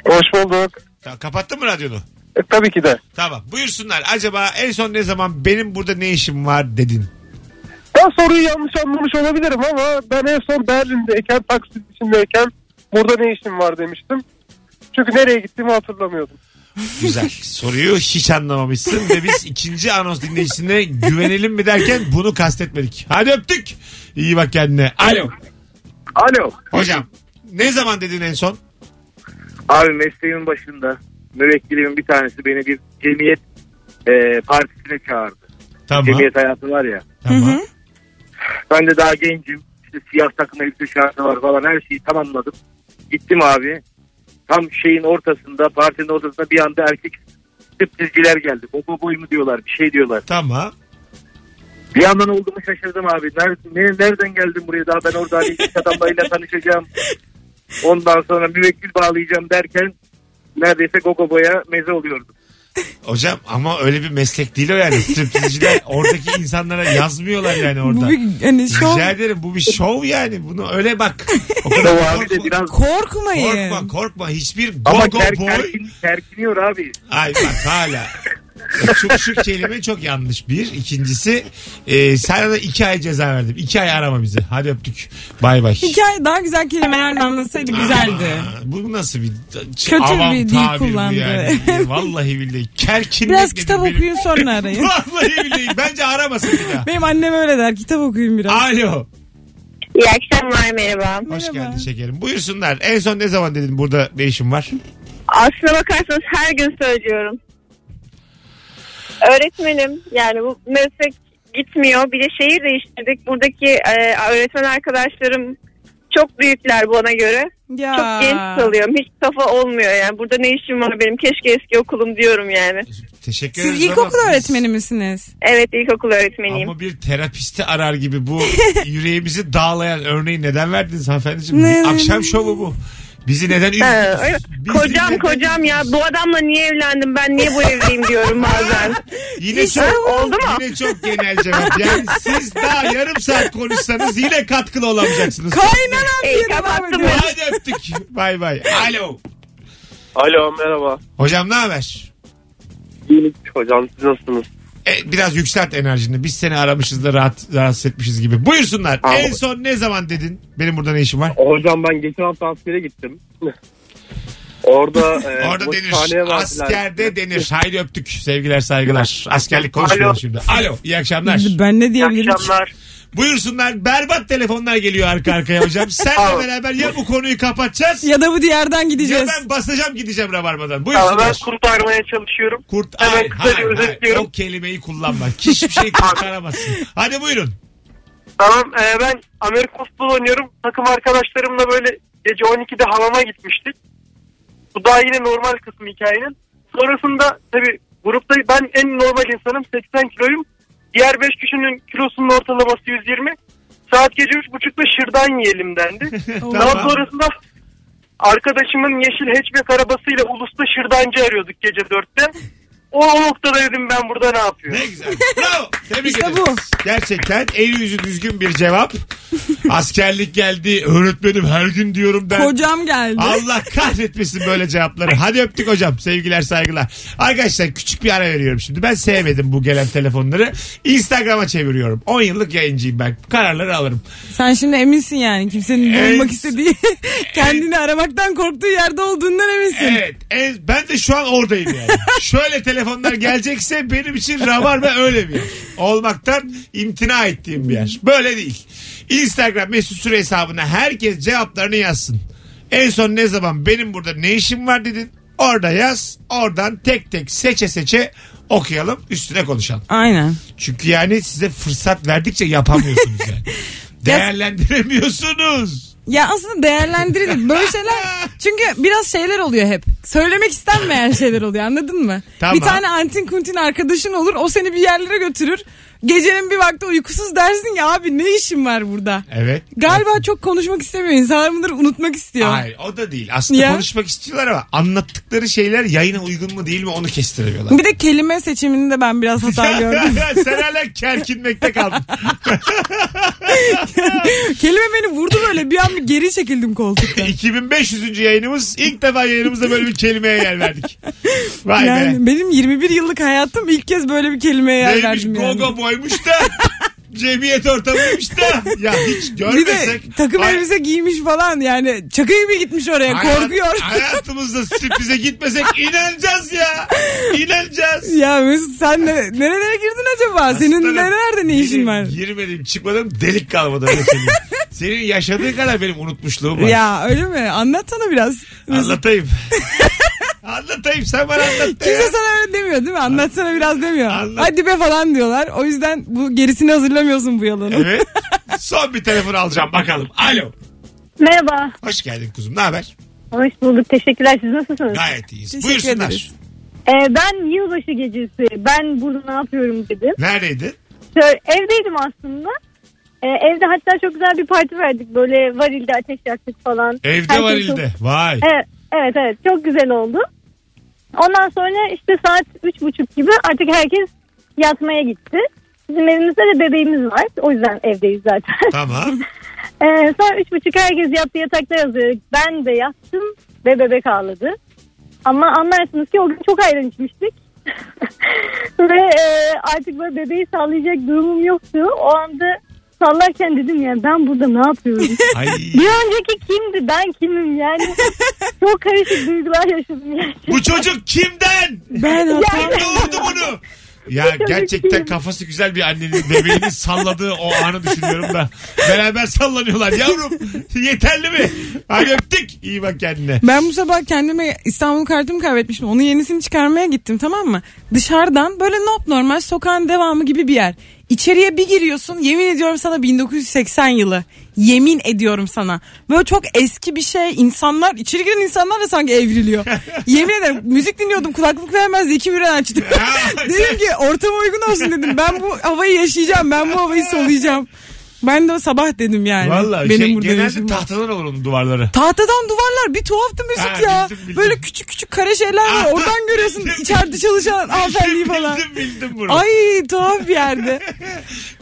Hoş bulduk. Tamam, kapattın mı radyonu? E, tabii ki de. Tamam buyursunlar. Acaba en son ne zaman benim burada ne işim var dedin? Ben soruyu yanlış anlamış olabilirim ama ben en son Berlin'deyken taksi içindeyken burada ne işim var demiştim. Çünkü nereye gittiğimi hatırlamıyordum. Güzel. Soruyu hiç anlamamışsın ve biz ikinci anons dinleyicisine güvenelim mi derken bunu kastetmedik. Hadi öptük. İyi bak kendine. Alo. Alo. Hocam ne zaman dedin en son? Abi mesleğimin başında müvekkilimin bir tanesi beni bir cemiyet e, partisine çağırdı. Tamam. Cemiyet hayatı var ya. Tamam. Ben de daha gencim. İşte siyah takım elbise şartı var falan her şeyi tamamladım. Gittim abi. Tam şeyin ortasında partinin ortasında bir anda erkek tip çizgiler geldi. Bobo boy mu diyorlar bir şey diyorlar. Tamam. Bir yandan olduğumu şaşırdım abi. Nereden, nereden geldim buraya daha ben orada hani iş adamlarıyla tanışacağım. Ondan sonra müvekkil bağlayacağım derken neredeyse Gogobo'ya meze oluyordum. Hocam ama öyle bir meslek değil o yani. Striptizciler oradaki insanlara yazmıyorlar yani Bu orada. bir hani şov. Rica ederim bu bir şov yani. Bunu öyle bak. O kadar O abi korkma. de biraz Korkmayın. Korkma korkma hiçbir ama go go ter, boy terkin, terkiniyor abi. Ay bak hala. *laughs* Şu, şu kelime çok yanlış bir. İkincisi e, sana da iki ay ceza verdim. İki ay arama bizi. Hadi öptük. Bay bay. Hikaye daha güzel kelimelerle anlatsaydı güzeldi. Aa, bu nasıl bir Kötü avam bir dil tabir bu kullandı. *laughs* yani. Vallahi billahi. Kerkinlik Biraz dedim kitap benim. okuyun sonra arayın. *laughs* Vallahi billahi. Bence aramasın bir daha. Benim annem öyle der kitap okuyun biraz. Alo. İyi akşamlar merhaba. Hoş Merhaba. geldin şekerim. Buyursunlar. En son ne zaman dedin burada ne işim var? Aslına bakarsanız her gün söylüyorum. Öğretmenim yani bu meslek gitmiyor. Bir de şehir değiştirdik. Buradaki e, öğretmen arkadaşlarım çok büyükler bana göre. Ya. Çok genç kalıyorum. Hiç kafa olmuyor yani. Burada ne işim var benim? Keşke eski okulum diyorum yani. Teşekkür ederiz. Siz ama ilkokul biz- öğretmeni misiniz? Evet ilkokul öğretmeniyim. Ama bir terapisti arar gibi *laughs* bu yüreğimizi dağlayan örneği neden verdiniz hanımefendiciğim? Ne- Bu Akşam şovu bu. Bizi neden Ha, öyle. üzdünüz? Bizi Kocam neden- kocam ya bu adamla niye evlendim ben niye bu evdeyim diyorum bazen. Yine çok, İşte oldu mu? Yine çok genel cevap. Yani siz daha yarım saat konuşsanız yine katkılı olamayacaksınız. Kaynanam Ey, diye devam kapattım ediyor. ben. Hadi öptük. Bay bay. Alo. Alo merhaba. Hocam ne haber? İyilik hocam siz nasılsınız? E, biraz yükselt enerjini. Biz seni aramışız da rahat, rahatsız etmişiz gibi. Buyursunlar. Tamam. En son ne zaman dedin? Benim burada ne işim var? Hocam ben geçen hafta askere *laughs* gittim. Orada, e, Orada boş denir. sahneye verdiler. Askerde denir. Haydi öptük. Sevgiler saygılar. Askerlik konuşmuyoruz Alo. şimdi. Alo. iyi *laughs* akşamlar. Ben ne İyi diyebilirim? ki? akşamlar. Buyursunlar. Berbat telefonlar geliyor arka arkaya *laughs* hocam. Senle beraber ya bu konuyu kapatacağız ya, Ya da bu diğerden gideceğiz. ben basacağım gideceğim Rabarba'dan. Tamam, ben Buyursunlar. kurtarmaya çalışıyorum. Kurt, Hemen hayır, kısaca hayır, hayır. özetliyorum. O kelimeyi kullanma. Hiçbir şey kurtaramazsın. *laughs* Hadi *laughs* buyurun. Tamam e, ben Amerika futbolu oynuyorum. Takım arkadaşlarımla böyle gece 12'de halama gitmiştik. Bu daha yine normal kısmı hikayenin. Sonrasında tabii grupta ben en normal insanım 80 kiloyum. Diğer 5 kişinin kilosunun ortalaması 120. Saat gece 3.30'da şırdan yiyelim dendi. Daha sonrasında arkadaşımın yeşil hatchback arabasıyla Ulus'ta şırdancı arıyorduk gece 4'te. O, o noktada dedim ben burada ne yapıyorum? Ne güzel. Bravo. Tebrik İşte ederiz. bu. Gerçekten el yüzü düzgün bir cevap. Askerlik geldi. Öğretmenim her gün diyorum ben. Kocam geldi. Allah kahretmesin böyle cevapları. Hadi öptük hocam. Sevgiler saygılar. Arkadaşlar küçük bir ara veriyorum şimdi. Ben sevmedim bu gelen telefonları. Instagram'a çeviriyorum. 10 yıllık yayıncıyım ben. Kararları alırım. Sen şimdi eminsin yani kimsenin Evet. bulmak istediği, *laughs* kendini aramaktan korktuğu yerde olduğundan eminsin. Evet. en- ben de şu an oradayım yani. Şöyle telefonlar gelecekse benim için rabarba öyle bir yer. Olmaktan imtina ettiğim bir yer. Böyle değil. Instagram mesut süre hesabına herkes cevaplarını yazsın. En son ne zaman benim burada ne işim var dedin. Orada yaz. Oradan tek tek seçe seçe okuyalım. Üstüne konuşalım. Aynen. Çünkü yani size fırsat verdikçe yapamıyorsunuz yani. Değerlendiremiyorsunuz. Ya aslında değerlendirilir. Böyle şeyler *laughs* çünkü biraz şeyler oluyor hep. Söylemek istenmeyen şeyler oluyor anladın mı? Tamam. Bir tane antin kuntin arkadaşın olur o seni bir yerlere götürür. Gecenin bir vakti uykusuz dersin ya abi ne işim var burada? Evet. Galiba çok konuşmak istemiyor. İnsanlar bunları unutmak istiyor. Hayır o da değil. Aslında Ya. konuşmak istiyorlar ama anlattıkları şeyler yayına uygun mu değil mi onu kestiremiyorlar. Bir de kelime seçiminde *laughs* ben biraz hata *laughs* gördüm. Sen hala kerkinmekte *laughs* kaldın. kelime beni vurdu böyle bir an bir geri çekildim koltuktan. 2500. yayınımız ilk defa yayınımızda böyle bir kelimeye yer verdik. Vay be. Yani benim 21 yıllık hayatım ilk kez böyle bir kelimeye yer Neymiş verdim yani. gogo boymuş da cemiyet ortamıymış da. Ya hiç Bir görmesek. de takım Hay- elbise giymiş falan yani çakı gibi gitmiş oraya hayat- korkuyor. Hayatımızda sürprize gitmesek inanacağız ya. İnanacağız. *laughs* ya Mesut sen de nerelere girdin acaba? Senin Aslanım, nerelerde ne işin benim var? Girmedim çıkmadım delik kalmadı öyle *laughs* senin. senin yaşadığın kadar benim unutmuşluğum var. Ya öyle mi? Anlatsana biraz. Mesut. Anlatayım. *laughs* Anlatayım sen bana anlat da ya. Kimse sana öyle demiyor değil mi? Anlatsana biraz demiyor. Anlat. Hadi be falan diyorlar. O yüzden bu gerisini hazırlamıyorsun bu yalanı. Evet. Son bir telefon alacağım bakalım. Alo. *laughs* Merhaba. Hoş geldin kuzum. Ne haber? Hoş bulduk. Teşekkürler. Siz nasılsınız? Gayet iyiyiz. Teşekkür Buyursunlar. ederiz. Ee, ben yılbaşı gecesi ben burada ne yapıyorum dedim. Neredeydin? Şöyle, evdeydim aslında. Ee, evde hatta çok güzel bir parti verdik. Böyle varilde ateş yaktık falan. Evde Herkes var çok- ilde. Vay. Evet, evet evet çok güzel oldu. Ondan sonra işte saat üç buçuk gibi artık herkes yatmaya gitti. Bizim evimizde de bebeğimiz var. O yüzden evdeyiz zaten. Tamam. *laughs* Ee, sonra üç buçuk herkes yattı yatakta yazıyor. Ben de yattım ve bebek ağladı. Ama anlarsınız ki o gün çok ayran içmiştik. *laughs* ve e, artık böyle bebeği sallayacak durumum yoktu. O anda sallarken dedim ya ben burada ne yapıyorum? Ay. Bir önceki kimdi ben kimim yani. çok karışık duygular yaşadım yani. Bu çocuk kimden? Ben hata. Yani- Kim doğurdu bunu? Ya çocuk gerçekten değil. kafası güzel bir annenin bebeğini salladığı o anı düşünüyorum da. Beraber sallanıyorlar yavrum. Yeterli mi? Hadi öptük. İyi bak kendine. Ben bu sabah kendime İstanbul kartımı kaybetmiştim. Onun yenisini çıkarmaya gittim tamam mı? Dışarıdan böyle nop normal sokağın devamı gibi bir yer. İçeriye bir giriyorsun yemin ediyorum sana 1980 yılı. Yemin ediyorum sana. Böyle çok eski bir şey. insanlar içeri giren insanlar da *laughs* sanki evriliyor. yemin ederim müzik dinliyordum kulaklık vermez Zeki Müren *laughs* açtı. *laughs* dedim ki ortama uygun olsun dedim. Ben bu havayı yaşayacağım. Ben *laughs* bu havayı soluyacağım. Ben de o sabah dedim yani. Vallahi Benim şey, burada genelde yaşım var. tahtadan olur onun duvarları. Tahtadan duvarlar bir tuhaftı Mesut Ha, ya. bildim, bildim. Böyle küçük küçük kare şeyler var. Ah, Oradan görüyorsun *laughs* bildim. içeride çalışan hanımefendiyi falan. Bildim bildim bunu. Ay tuhaf bir yerde.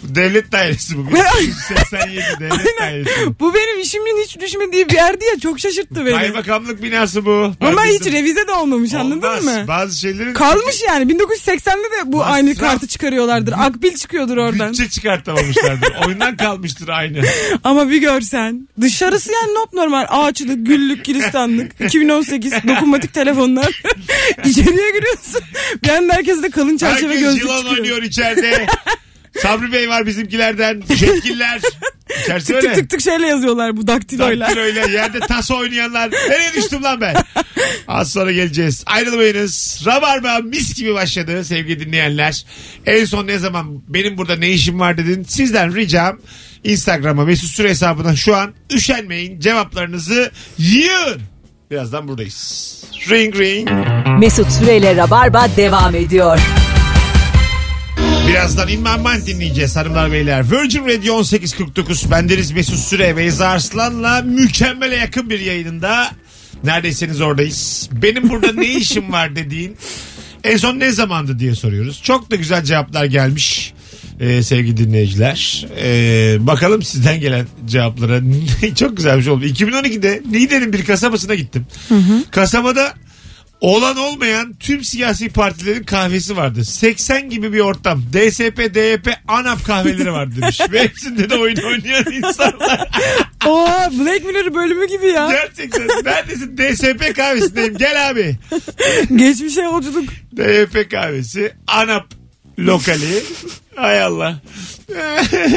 Devlet dairesi bugün. 87 devlet dairesi. Bu benim işimin hiç düşmediği bir yerdi ya çok şaşırttı beni. Kaymakamlık binası bu. Ama hiç Herkesin- revize de olmamış anladın Olmaz. mı? Bazı şeylerin Kalmış yani 1980'de de bu Masraf- aynı kartı çıkarıyorlardır. Akbil çıkıyordur oradan. bütçe çıkartamamışlardır. Oyundan kalmıştır aynı. Ama bir görsen. Dışarısı yani nop normal. Ağaçlık, güllük, kilistanlık. 2018 *laughs* dokunmatik telefonlar. İçeriye giriyorsun. Bir anda herkes de kalın çerçeve Herkes gözlük yılan çıkıyor. oynuyor *laughs* içeride. Sabri Bey var bizimkilerden. Şetkiller. İçerisi Tık tık öyle. tık tık şeyle yazıyorlar bu daktiloyla. *laughs* Daktiloyla yerde tas oynayanlar. Nereye düştüm lan ben? Az sonra geleceğiz. Ayrılmayınız. Rabarba mis gibi başladı sevgili dinleyenler. En son ne zaman benim burada ne işim var dedin. Sizden ricam Instagram'a Mesut Süre hesabına şu an üşenmeyin. Cevaplarınızı yığın. Birazdan buradayız. Ring ring. Mesut Süreyle Rabarba devam ediyor. Birazdan İmman Man dinleyeceğiz hanımlar beyler. Virgin Radio 1849 bendeniz Mesut Süre ve Eza Arslan'la mükemmele yakın bir yayınında. Neredeyseniz oradayız. Benim burada ne işim var dediğin en son ne zamandı diye soruyoruz. Çok da güzel cevaplar gelmiş e, sevgili dinleyiciler. E, bakalım sizden gelen cevaplara. *laughs* Çok güzelmiş oldu. 2012'de Niğde'nin bir kasabasına gittim. Kasabada olan olmayan tüm siyasi partilerin kahvesi vardı. 80 gibi bir ortam. DSP, DYP, ANAP kahveleri vardı demiş. Ve hepsinde de oyun oynayan insanlar. Oo Black Mirror bölümü gibi ya. Gerçekten. Neredesin? DSP kahvesindeyim. Gel abi. Geçmişe yolculuk. DYP kahvesi. ANAP lokali. Hay Allah. *laughs*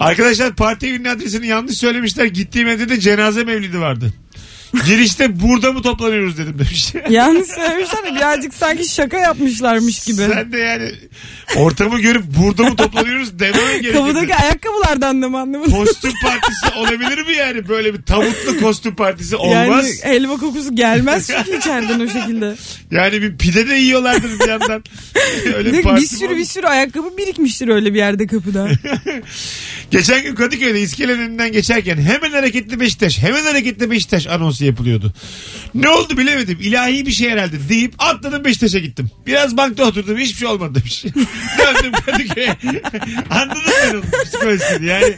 Arkadaşlar parti evinin adresini yanlış söylemişler. Gittiğim evde de cenaze mevlidi vardı. Girişte burada mı toplanıyoruz dedim demiş. *laughs* Yalnız söylemişler de birazcık sanki şaka yapmışlarmış gibi. Sen de *laughs* yani ortamı görüp burada mı toplanıyoruz dememe gerekirdi. Kapıdaki ayakkabılardan da mı anlamadım? Kostüm partisi olabilir mi yani? Böyle bir tavuklu kostüm partisi olmaz. Şey, Yani Yani, elma kokusu gelmez çünkü içeriden o *laughs* şekilde. bir pide de yiyorlardır bir *laughs* yandan. Öyle Bir, bir, de bir parti mi sürü olur? bir sürü ayakkabı birikmiştir öyle bir *laughs* yerde kapıda. Geçen gün Kadıköy'de iskelenin önünden geçerken hemen hareketli Beşiktaş, hemen hareketli Beşiktaş anonsu yapılıyordu. Ne oldu bilemedim. İlahi bir şey herhalde deyip atladım Beşiktaş'a gittim. Biraz bankta oturdum hiçbir şey olmadı demiş. *laughs* Döndüm Kadıköy'e. *laughs* Anladın mı ben onun psikolojisini yani.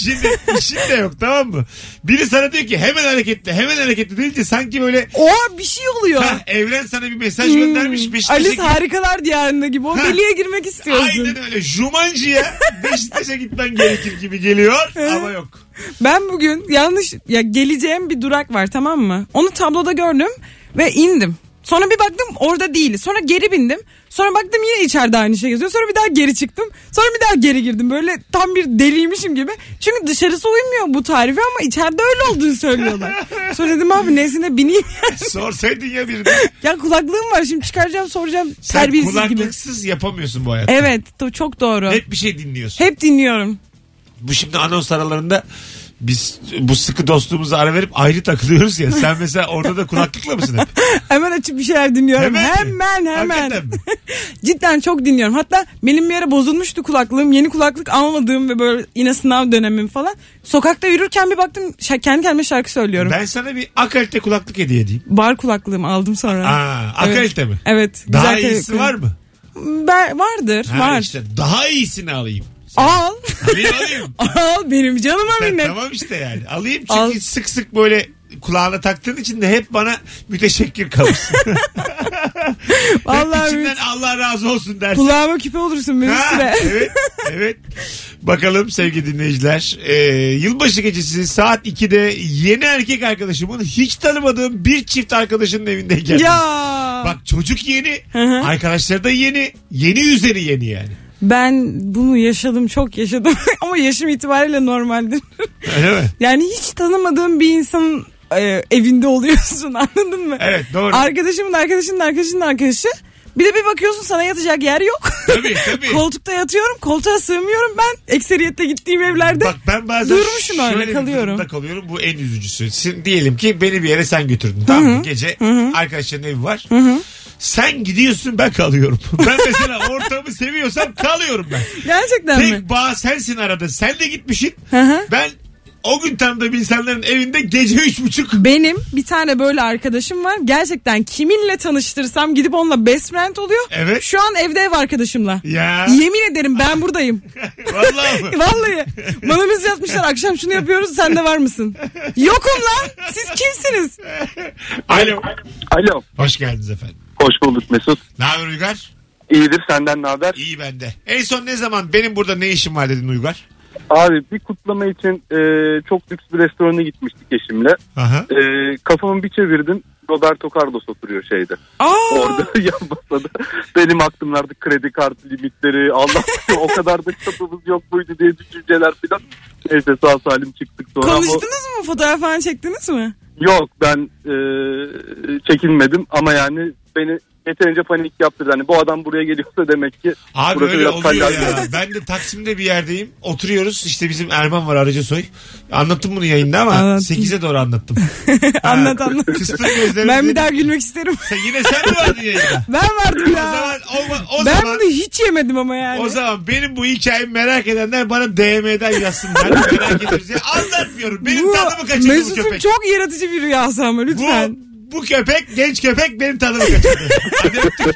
Şimdi işin de yok tamam mı? Biri sana diyor ki hemen hareketli, hemen hareketli deyince sanki böyle Oha bir şey oluyor. "Hah, evren sana bir mesaj göndermiş Beşiktaş'a Hmm. Alice git." harikalar diyarında gibi. O Ha. deliğe girmek istiyorsun. Aynen öyle. Jumancı'ya Beşiktaş'a gitmen gerekir gibi geliyor ama yok. Ben bugün yanlış ya geleceğim bir durak var tamam mı? Onu tabloda gördüm ve indim. Sonra bir baktım orada değil. Sonra geri bindim. Sonra baktım yine içeride aynı şey yazıyor. Sonra bir daha geri çıktım. Sonra bir daha geri girdim. Böyle tam bir deliymişim gibi. Çünkü dışarısı uymuyor bu tarife ama içeride öyle olduğunu söylüyorlar. Sonra dedim abi nesine bineyim. *laughs* *laughs* Sorsaydın ya birine. ya kulaklığım var şimdi çıkaracağım soracağım Sen terbiyesiz gibi. kulaklıksız yapamıyorsun bu hayatta. Evet do- çok doğru. Hep, Hep bir şey dinliyorsun. dinliyorum. *laughs* Bu şimdi anons aralarında biz bu sıkı dostluğumuza ara verip ayrı takılıyoruz ya. Sen mesela orada da kulaklıkla mısın *laughs* hep? Hemen açıp bir şeyler dinliyorum. Hemen mi? Hemen hemen. Hakikaten mi? Cidden çok dinliyorum. Hatta benim bir ara bozulmuştu kulaklığım. Yeni kulaklık almadığım ve böyle yine sınav dönemim falan. Sokakta yürürken bir baktım şa- kendi kendime şarkı söylüyorum. Ben sana bir akalite kulaklık hediye edeyim. Bar kulaklığımı aldım sonra. Aa, Evet. akalite mi? Evet. Daha güzel iyisi kulaklık. var mı? Ben- vardır. Ha, var. işte daha iyisini alayım. Al. *laughs* Alayım alayım. Al benim canıma Ben- minnet. tamam işte yani. Alayım çünkü Al. sık sık böyle kulağına taktığın için de hep bana müteşekkir kalırsın. *laughs* Vallahi İçinden Mesut, Allah razı olsun dersin. kulağıma küpe olursun benim Ha, süre. evet, evet. Bakalım sevgili dinleyiciler. Ee, yılbaşı gecesi saat 2'de yeni erkek arkadaşımın hiç tanımadığım bir çift arkadaşının evindeyken. *laughs* ya. Bak çocuk yeni, hı. arkadaşları da yeni, yeni üzeri yeni yani. Ben bunu yaşadım çok yaşadım *laughs* ama yaşım itibariyle normaldir. Öyle mi? Yani hiç tanımadığın bir insanın e, evinde oluyorsun *laughs* anladın mı? Evet, doğru. Arkadaşımın arkadaşının arkadaşının arkadaşı. Bir de bir bakıyorsun sana yatacak yer yok. *laughs* Tabii tabii. Koltukta yatıyorum koltuğa sığmıyorum ben. Ekseriyette gittiğim evlerde. Bak ben bazen Durmuşum öyle, şöyle bir kalıyorum. durumda kalıyorum. Bu en üzücüsü. Şimdi diyelim ki beni bir yere sen götürdün. Tamam mı? Gece arkadaşların evi var. Sen gidiyorsun ben kalıyorum. *laughs* Ben mesela ortamı seviyorsam kalıyorum ben. Gerçekten mi? Tek bağ sensin arada. Sen de gitmişsin. hı. Ben o gün tanıdığım insanların evinde gece üç buçuk. Benim bir tane böyle arkadaşım var. Gerçekten kiminle tanıştırsam gidip onunla best friend oluyor. Evet. Şu an evde ev arkadaşımla. Ya. Yemin ederim ben buradayım. *laughs* Vallahi mı? *laughs* Vallahi. Bana mesaj atmışlar akşam şunu yapıyoruz sen de var *laughs* mısın? Yokum lan. Siz kimsiniz? Alo. Alo. Hoş geldiniz efendim. Hoş bulduk Mesut. Ne haber Uygar? İyidir senden ne haber? İyi bende. En son ne zaman benim burada ne işim var dedin Uygar? Abi bir kutlama için e, çok lüks bir restorana gitmiştik eşimle. Aha. E, kafamı bir çevirdim. Roberto Carlos oturuyor şeyde. Aa, Orada *laughs* yan masada. Benim aklımlarda kredi kartı limitleri. Allah o kadar da kitabımız yok muydu diye düşünceler falan. Neyse sağ salim çıktık sonra. ama konuştunuz mu? Fotoğraf falan *laughs* çektiniz mi? yok ben e, çekinmedim ama yani beni yeterince panik yaptırdı. Hani bu adam buraya geliyorsa demek ki Abi Burası öyle biraz oluyor kayyar ya. Ben de Taksim'de bir yerdeyim. Oturuyoruz. İşte bizim Erman var Aracı Soy. Anlattım bunu yayında ama Anlattım. 8'e doğru anlattım. *laughs* Anlat anlat. Kıstım gözlerimi. Ben bir dedim. daha gülmek isterim. *laughs* Sen yine sen mi vardın yayında? Ben vardım O ya. zaman o, o Ben zaman bunu hiç yemedim ama yani. o zaman benim bu hikayemi merak edenler bana DM'den yazsınlar. merak ediyoruz diye. Anlatmıyorum. Benim Bu tadımı kaçırdı bu Mesut'un köpek. çok yaratıcı bir rüyası ama Bu, lütfen. bu köpek genç köpek benim tadımı kaçırdı. Hadi öptük.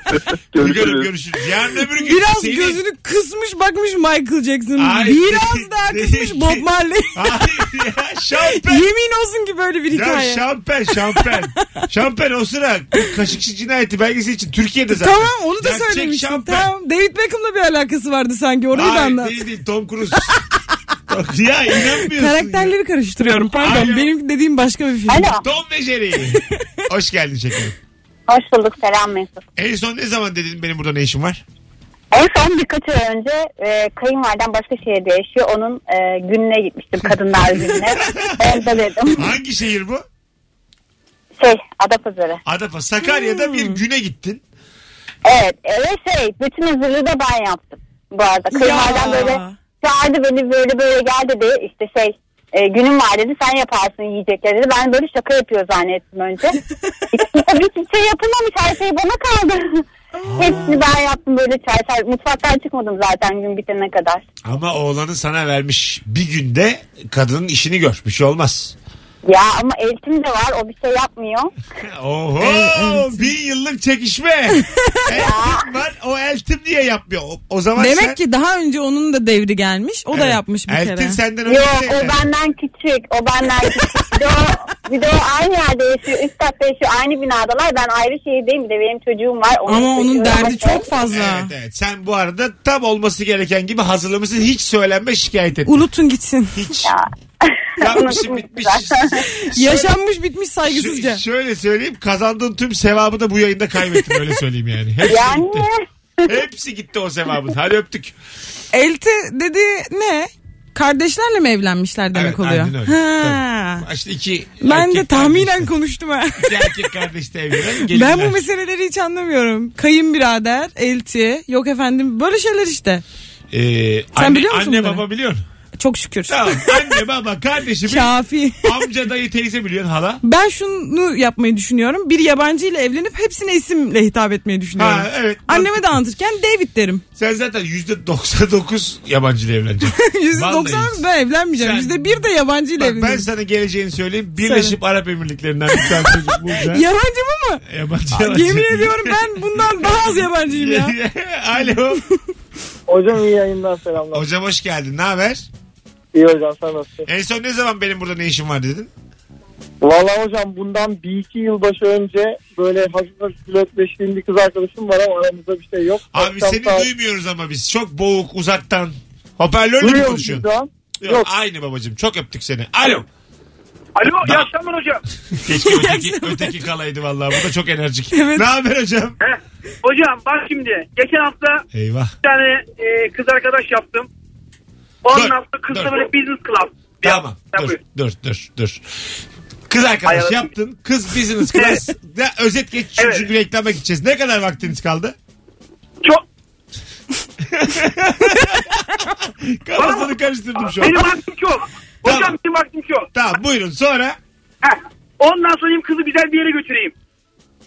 Görüşürüz. görüşürüz. Yarın öbür gün Biraz seni- *laughs* gözünü kısmış bakmış Michael Jackson. Ay, *laughs* Biraz daha dedi kısmış ki- Bob *laughs* Marley. Hayır ya şampen. Yemin olsun ki böyle bir hikaye. Ya şampen şampen. şampen o sıra kaşıkçı cinayeti belgesi için Türkiye'de zaten. Tamam onu da Gerçek söylemiştim. şampen. Tamam David Beckham'la bir alakası vardı sanki orayı da Hayır anlat. değil değil Tom Cruise. *laughs* ya inanmıyorsun. ya. Karakterleri karıştırıyorum pardon. Alo. Benim dediğim başka bir film. Alo. Tom ve Jerry. Hoş geldin şekerim. Hoş bulduk selam Mesut. En son ne zaman dedin benim burada ne işim var? En son birkaç ay önce e, kayınvalidem başka şehirde yaşıyor. Onun e, gününe gitmiştim kadınlar gününe. Orada dedim. Hangi şehir bu? Şey Adapazarı. Adapa. Sakarya'da Hmm. bir güne gittin. Evet ve şey bütün hazırlığı da ben yaptım bu arada. Kayınvalidem böyle çağırdı beni böyle böyle gel dedi işte şey e, günüm var dedi sen yaparsın yiyecekleri dedi. Ben böyle şaka yapıyor zannettim önce. Hiçbir şey yapılmamış her şey bana kaldı. Hepsini ben yaptım böyle çay çay. Mutfaktan çıkmadım zaten gün bitene kadar. Ama oğlanı sana vermiş. Bir günde kadının işini gör. Bir şey olmaz. Ya ama eltim de var o bir şey yapmıyor. Oho bin yıllık çekişme. *laughs* eltim var o eltim diye yapmıyor. O, o zaman sen... Demek ki daha önce onun da devri gelmiş. O da Evet. yapmış bir eltin kere. senden önce. Yok şey o evlendi. benden küçük o benden küçük. Bir de o, bir de o aynı yerde yaşıyor üst katta yaşıyor aynı binadalar ben ayrı şehirdeyim bir de benim çocuğum var. Ama onun çocuğu var. derdi çok fazla. Evet evet sen bu arada tam olması gereken gibi hazırlamışsın hiç söylenme şikayet etme. *laughs* Unutun gitsin. Hiç. Ya. Yapmışım *laughs* bitmiş. Yaşanmış bitmiş saygısızca. Şö- şöyle söyleyeyim kazandığın tüm sevabı da bu yayında kaybettim öyle söyleyeyim yani. Hepsi Yani gitti. Hepsi gitti o sevabın. Hadi öptük. Elti dedi ne? Kardeşlerle mi evlenmişler demek Evet, oluyor? aynen öyle. Ha. Tabii. Başta iki Ben de erkek tahminen kardeşler- konuştum ha. *laughs* iki erkek kardeş de evlenen Ben bu gelinler. meseleleri hiç anlamıyorum. Kayınbirader, elti, yok efendim böyle şeyler işte. Ee, Sen anne, biliyor musun Anne bunları? baba biliyor. Çok şükür. Tamam anne baba kardeşim Kafi. amca dayı teyze biliyor hala. *laughs* Ben şunu yapmayı düşünüyorum. Bir yabancı ile evlenip hepsine isimle hitap etmeyi düşünüyorum. Ha, evet. Anneme de anlatırken David derim. *laughs* Sen zaten %99 yabancı ile evleneceksin. Vallahi. %90 ben evlenmeyeceğim. Sen- %1 de yabancı ile Bak ben *laughs* evleneceğim. sana geleceğini söyleyeyim. Birleşip Arap Emirliklerinden bir tane çocuk bulacaksın. Yabancı mı mı? Yabancı yabancı. Yemin ediyorum *laughs* ben bundan daha az yabancıyım ya. Alo. Hocam iyi yayınlar selamlar. Hocam hoş geldin. Ne haber? İyi hocam sen nasılsın? En son ne zaman benim burada ne işim var dedin? Valla hocam bundan bir iki yılbaşı önce böyle hafif hafif flörtleştiğim bir kız arkadaşım var ama aramızda bir şey yok. Abi Akşam seni saat- duymuyoruz ama biz. Çok boğuk uzaktan. Hoparlörle mi Duyuyor musun konuşuyorsun? şu an? Yok, Yok. aynı babacığım. Çok öptük seni. Alo. Alo iyi akşamlar hocam. *laughs* Keşke öteki, öteki kalaydı vallahi. Bu da çok enerjik. Evet. Ne haber hocam? Heh. Hocam bak şimdi geçen hafta Eyvah. bir tane e, kız arkadaş yaptım. Ondan Dur, hafta dur. kızla böyle business club. bir Tamam. yaptım. Dur, Buyur. dur, dur, dur. Kız arkadaş Hayır, yaptın. Kız business *laughs* class. Ya, özet geç çünkü Evet. çünkü reklama gideceğiz. Ne kadar vaktiniz kaldı? Çok Kafasını karıştırdım şu an. benim vaktim çok. Hocam Tamam. benim vaktim çok. Tamam buyurun sonra. Heh. Ondan sonra dedim kızı güzel bir yere götüreyim.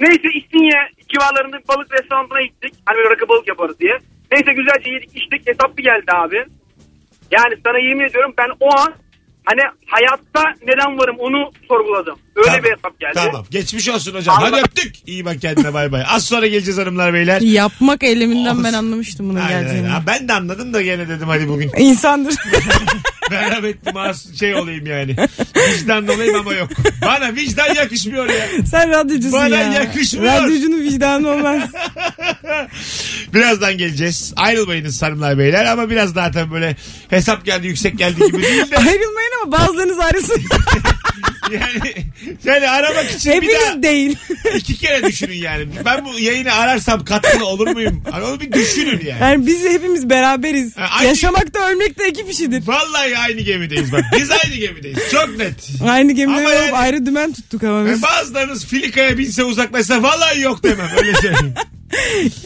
Neyse İstinye civarlarında bir balık restoranına gittik. Hani böyle rakı balık yaparız diye. Neyse güzelce yedik içtik. Hesap bir geldi abi. Yani sana yemin ediyorum ben o an Hani hayatta neden varım onu sorguladım. Öyle Tamam. bir hesap geldi. Tamam. Geçmiş olsun hocam. Hadi öptük. İyi bak kendine bay bay. Az sonra geleceğiz hanımlar beyler. Yapmak eyleminden Of. ben anlamıştım bunun Aynen, aynen. geleceğini. Ha, Ben de anladım da gene dedim hadi bugün. İnsandır. *laughs* Merhametli masum şey olayım yani. Vicdan olayım ama yok. Bana vicdan yakışmıyor ya. Sen radyocusun Bana ya. yakışmıyor. Radyocunun vicdanı *laughs* olmaz. Birazdan geleceğiz. Ayrılmayınız hanımlar beyler ama biraz daha tabii böyle hesap geldi yüksek geldi gibi *laughs* değil de Ayrılmayın ama bazılarınız ayrılsın. yani, yani aramak için bir daha Hepiniz değil. iki kere düşünün yani. Ben bu yayını ararsam katkılı olur muyum? Hani onu bir düşünün yani. Yani biz hepimiz beraberiz. Ha, aynı- Yaşamak da ölmek de iki kişidir. Vallahi aynı gemideyiz bak. Biz aynı gemideyiz. Çok net. Aynı gemide Ama olup yani- ayrı dümen tuttuk ama Ve biz. bazılarınız filikaya binse uzaklaşsa vallahi yok demem. Öyle söyleyeyim.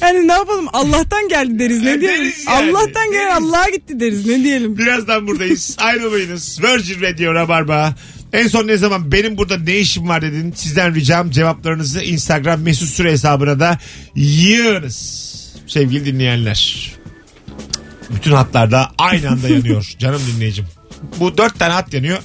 Yani ne yapalım Allah'tan geldi deriz Ya ne diyelim. deriz yani, Allah'tan gelen deriz. Allah'a gitti deriz ne diyelim. Birazdan buradayız. Ayrılmayınız. Virgin Radio Rabarba. En son ne zaman benim burada ne işim var dedin. Sizden ricam cevaplarınızı Instagram mesut süre hesabına da yığınız. Sevgili dinleyenler. Bütün hatlarda aynı anda yanıyor. Canım dinleyicim. Bu dört tane hat yanıyor.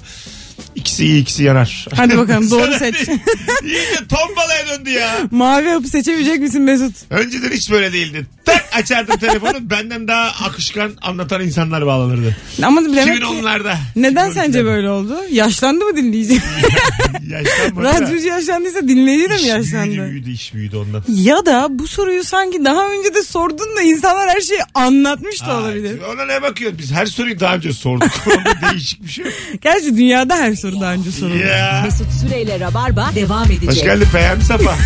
İkisi iyi ikisi yanar. *laughs* Hadi bakalım, doğru Sana seç. değil. İyice tombalaya döndü ya. *laughs* Mavi hapı seçebilecek misin Mesut? Önceden hiç böyle değildi. Tak açardım telefonu benden daha akışkan anlatan insanlar bağlanırdı. Ama demek ki 2010'larda. neden 2012'lerde. *laughs* sence böyle oldu? Yaşlandı mı dinleyici? Yaşlanmadı *laughs* da. Radyocu yaşlandıysa dinleyici de mi İş yaşlandı? Büyüdü, büyüdü, iş büyüdü ondan. Ya da bu soruyu sanki daha önce de sordun da insanlar her şeyi anlatmış da olabilir. Aa, Ona ne bakıyorsun? Biz her soruyu daha önce sorduk. Onda değişik bir şey *laughs* yok. Gerçi dünyada her soru daha önce soruldu. Ya. Mesut Süreyle Rabarba devam edecek. Hoş geldin Peyami Safa.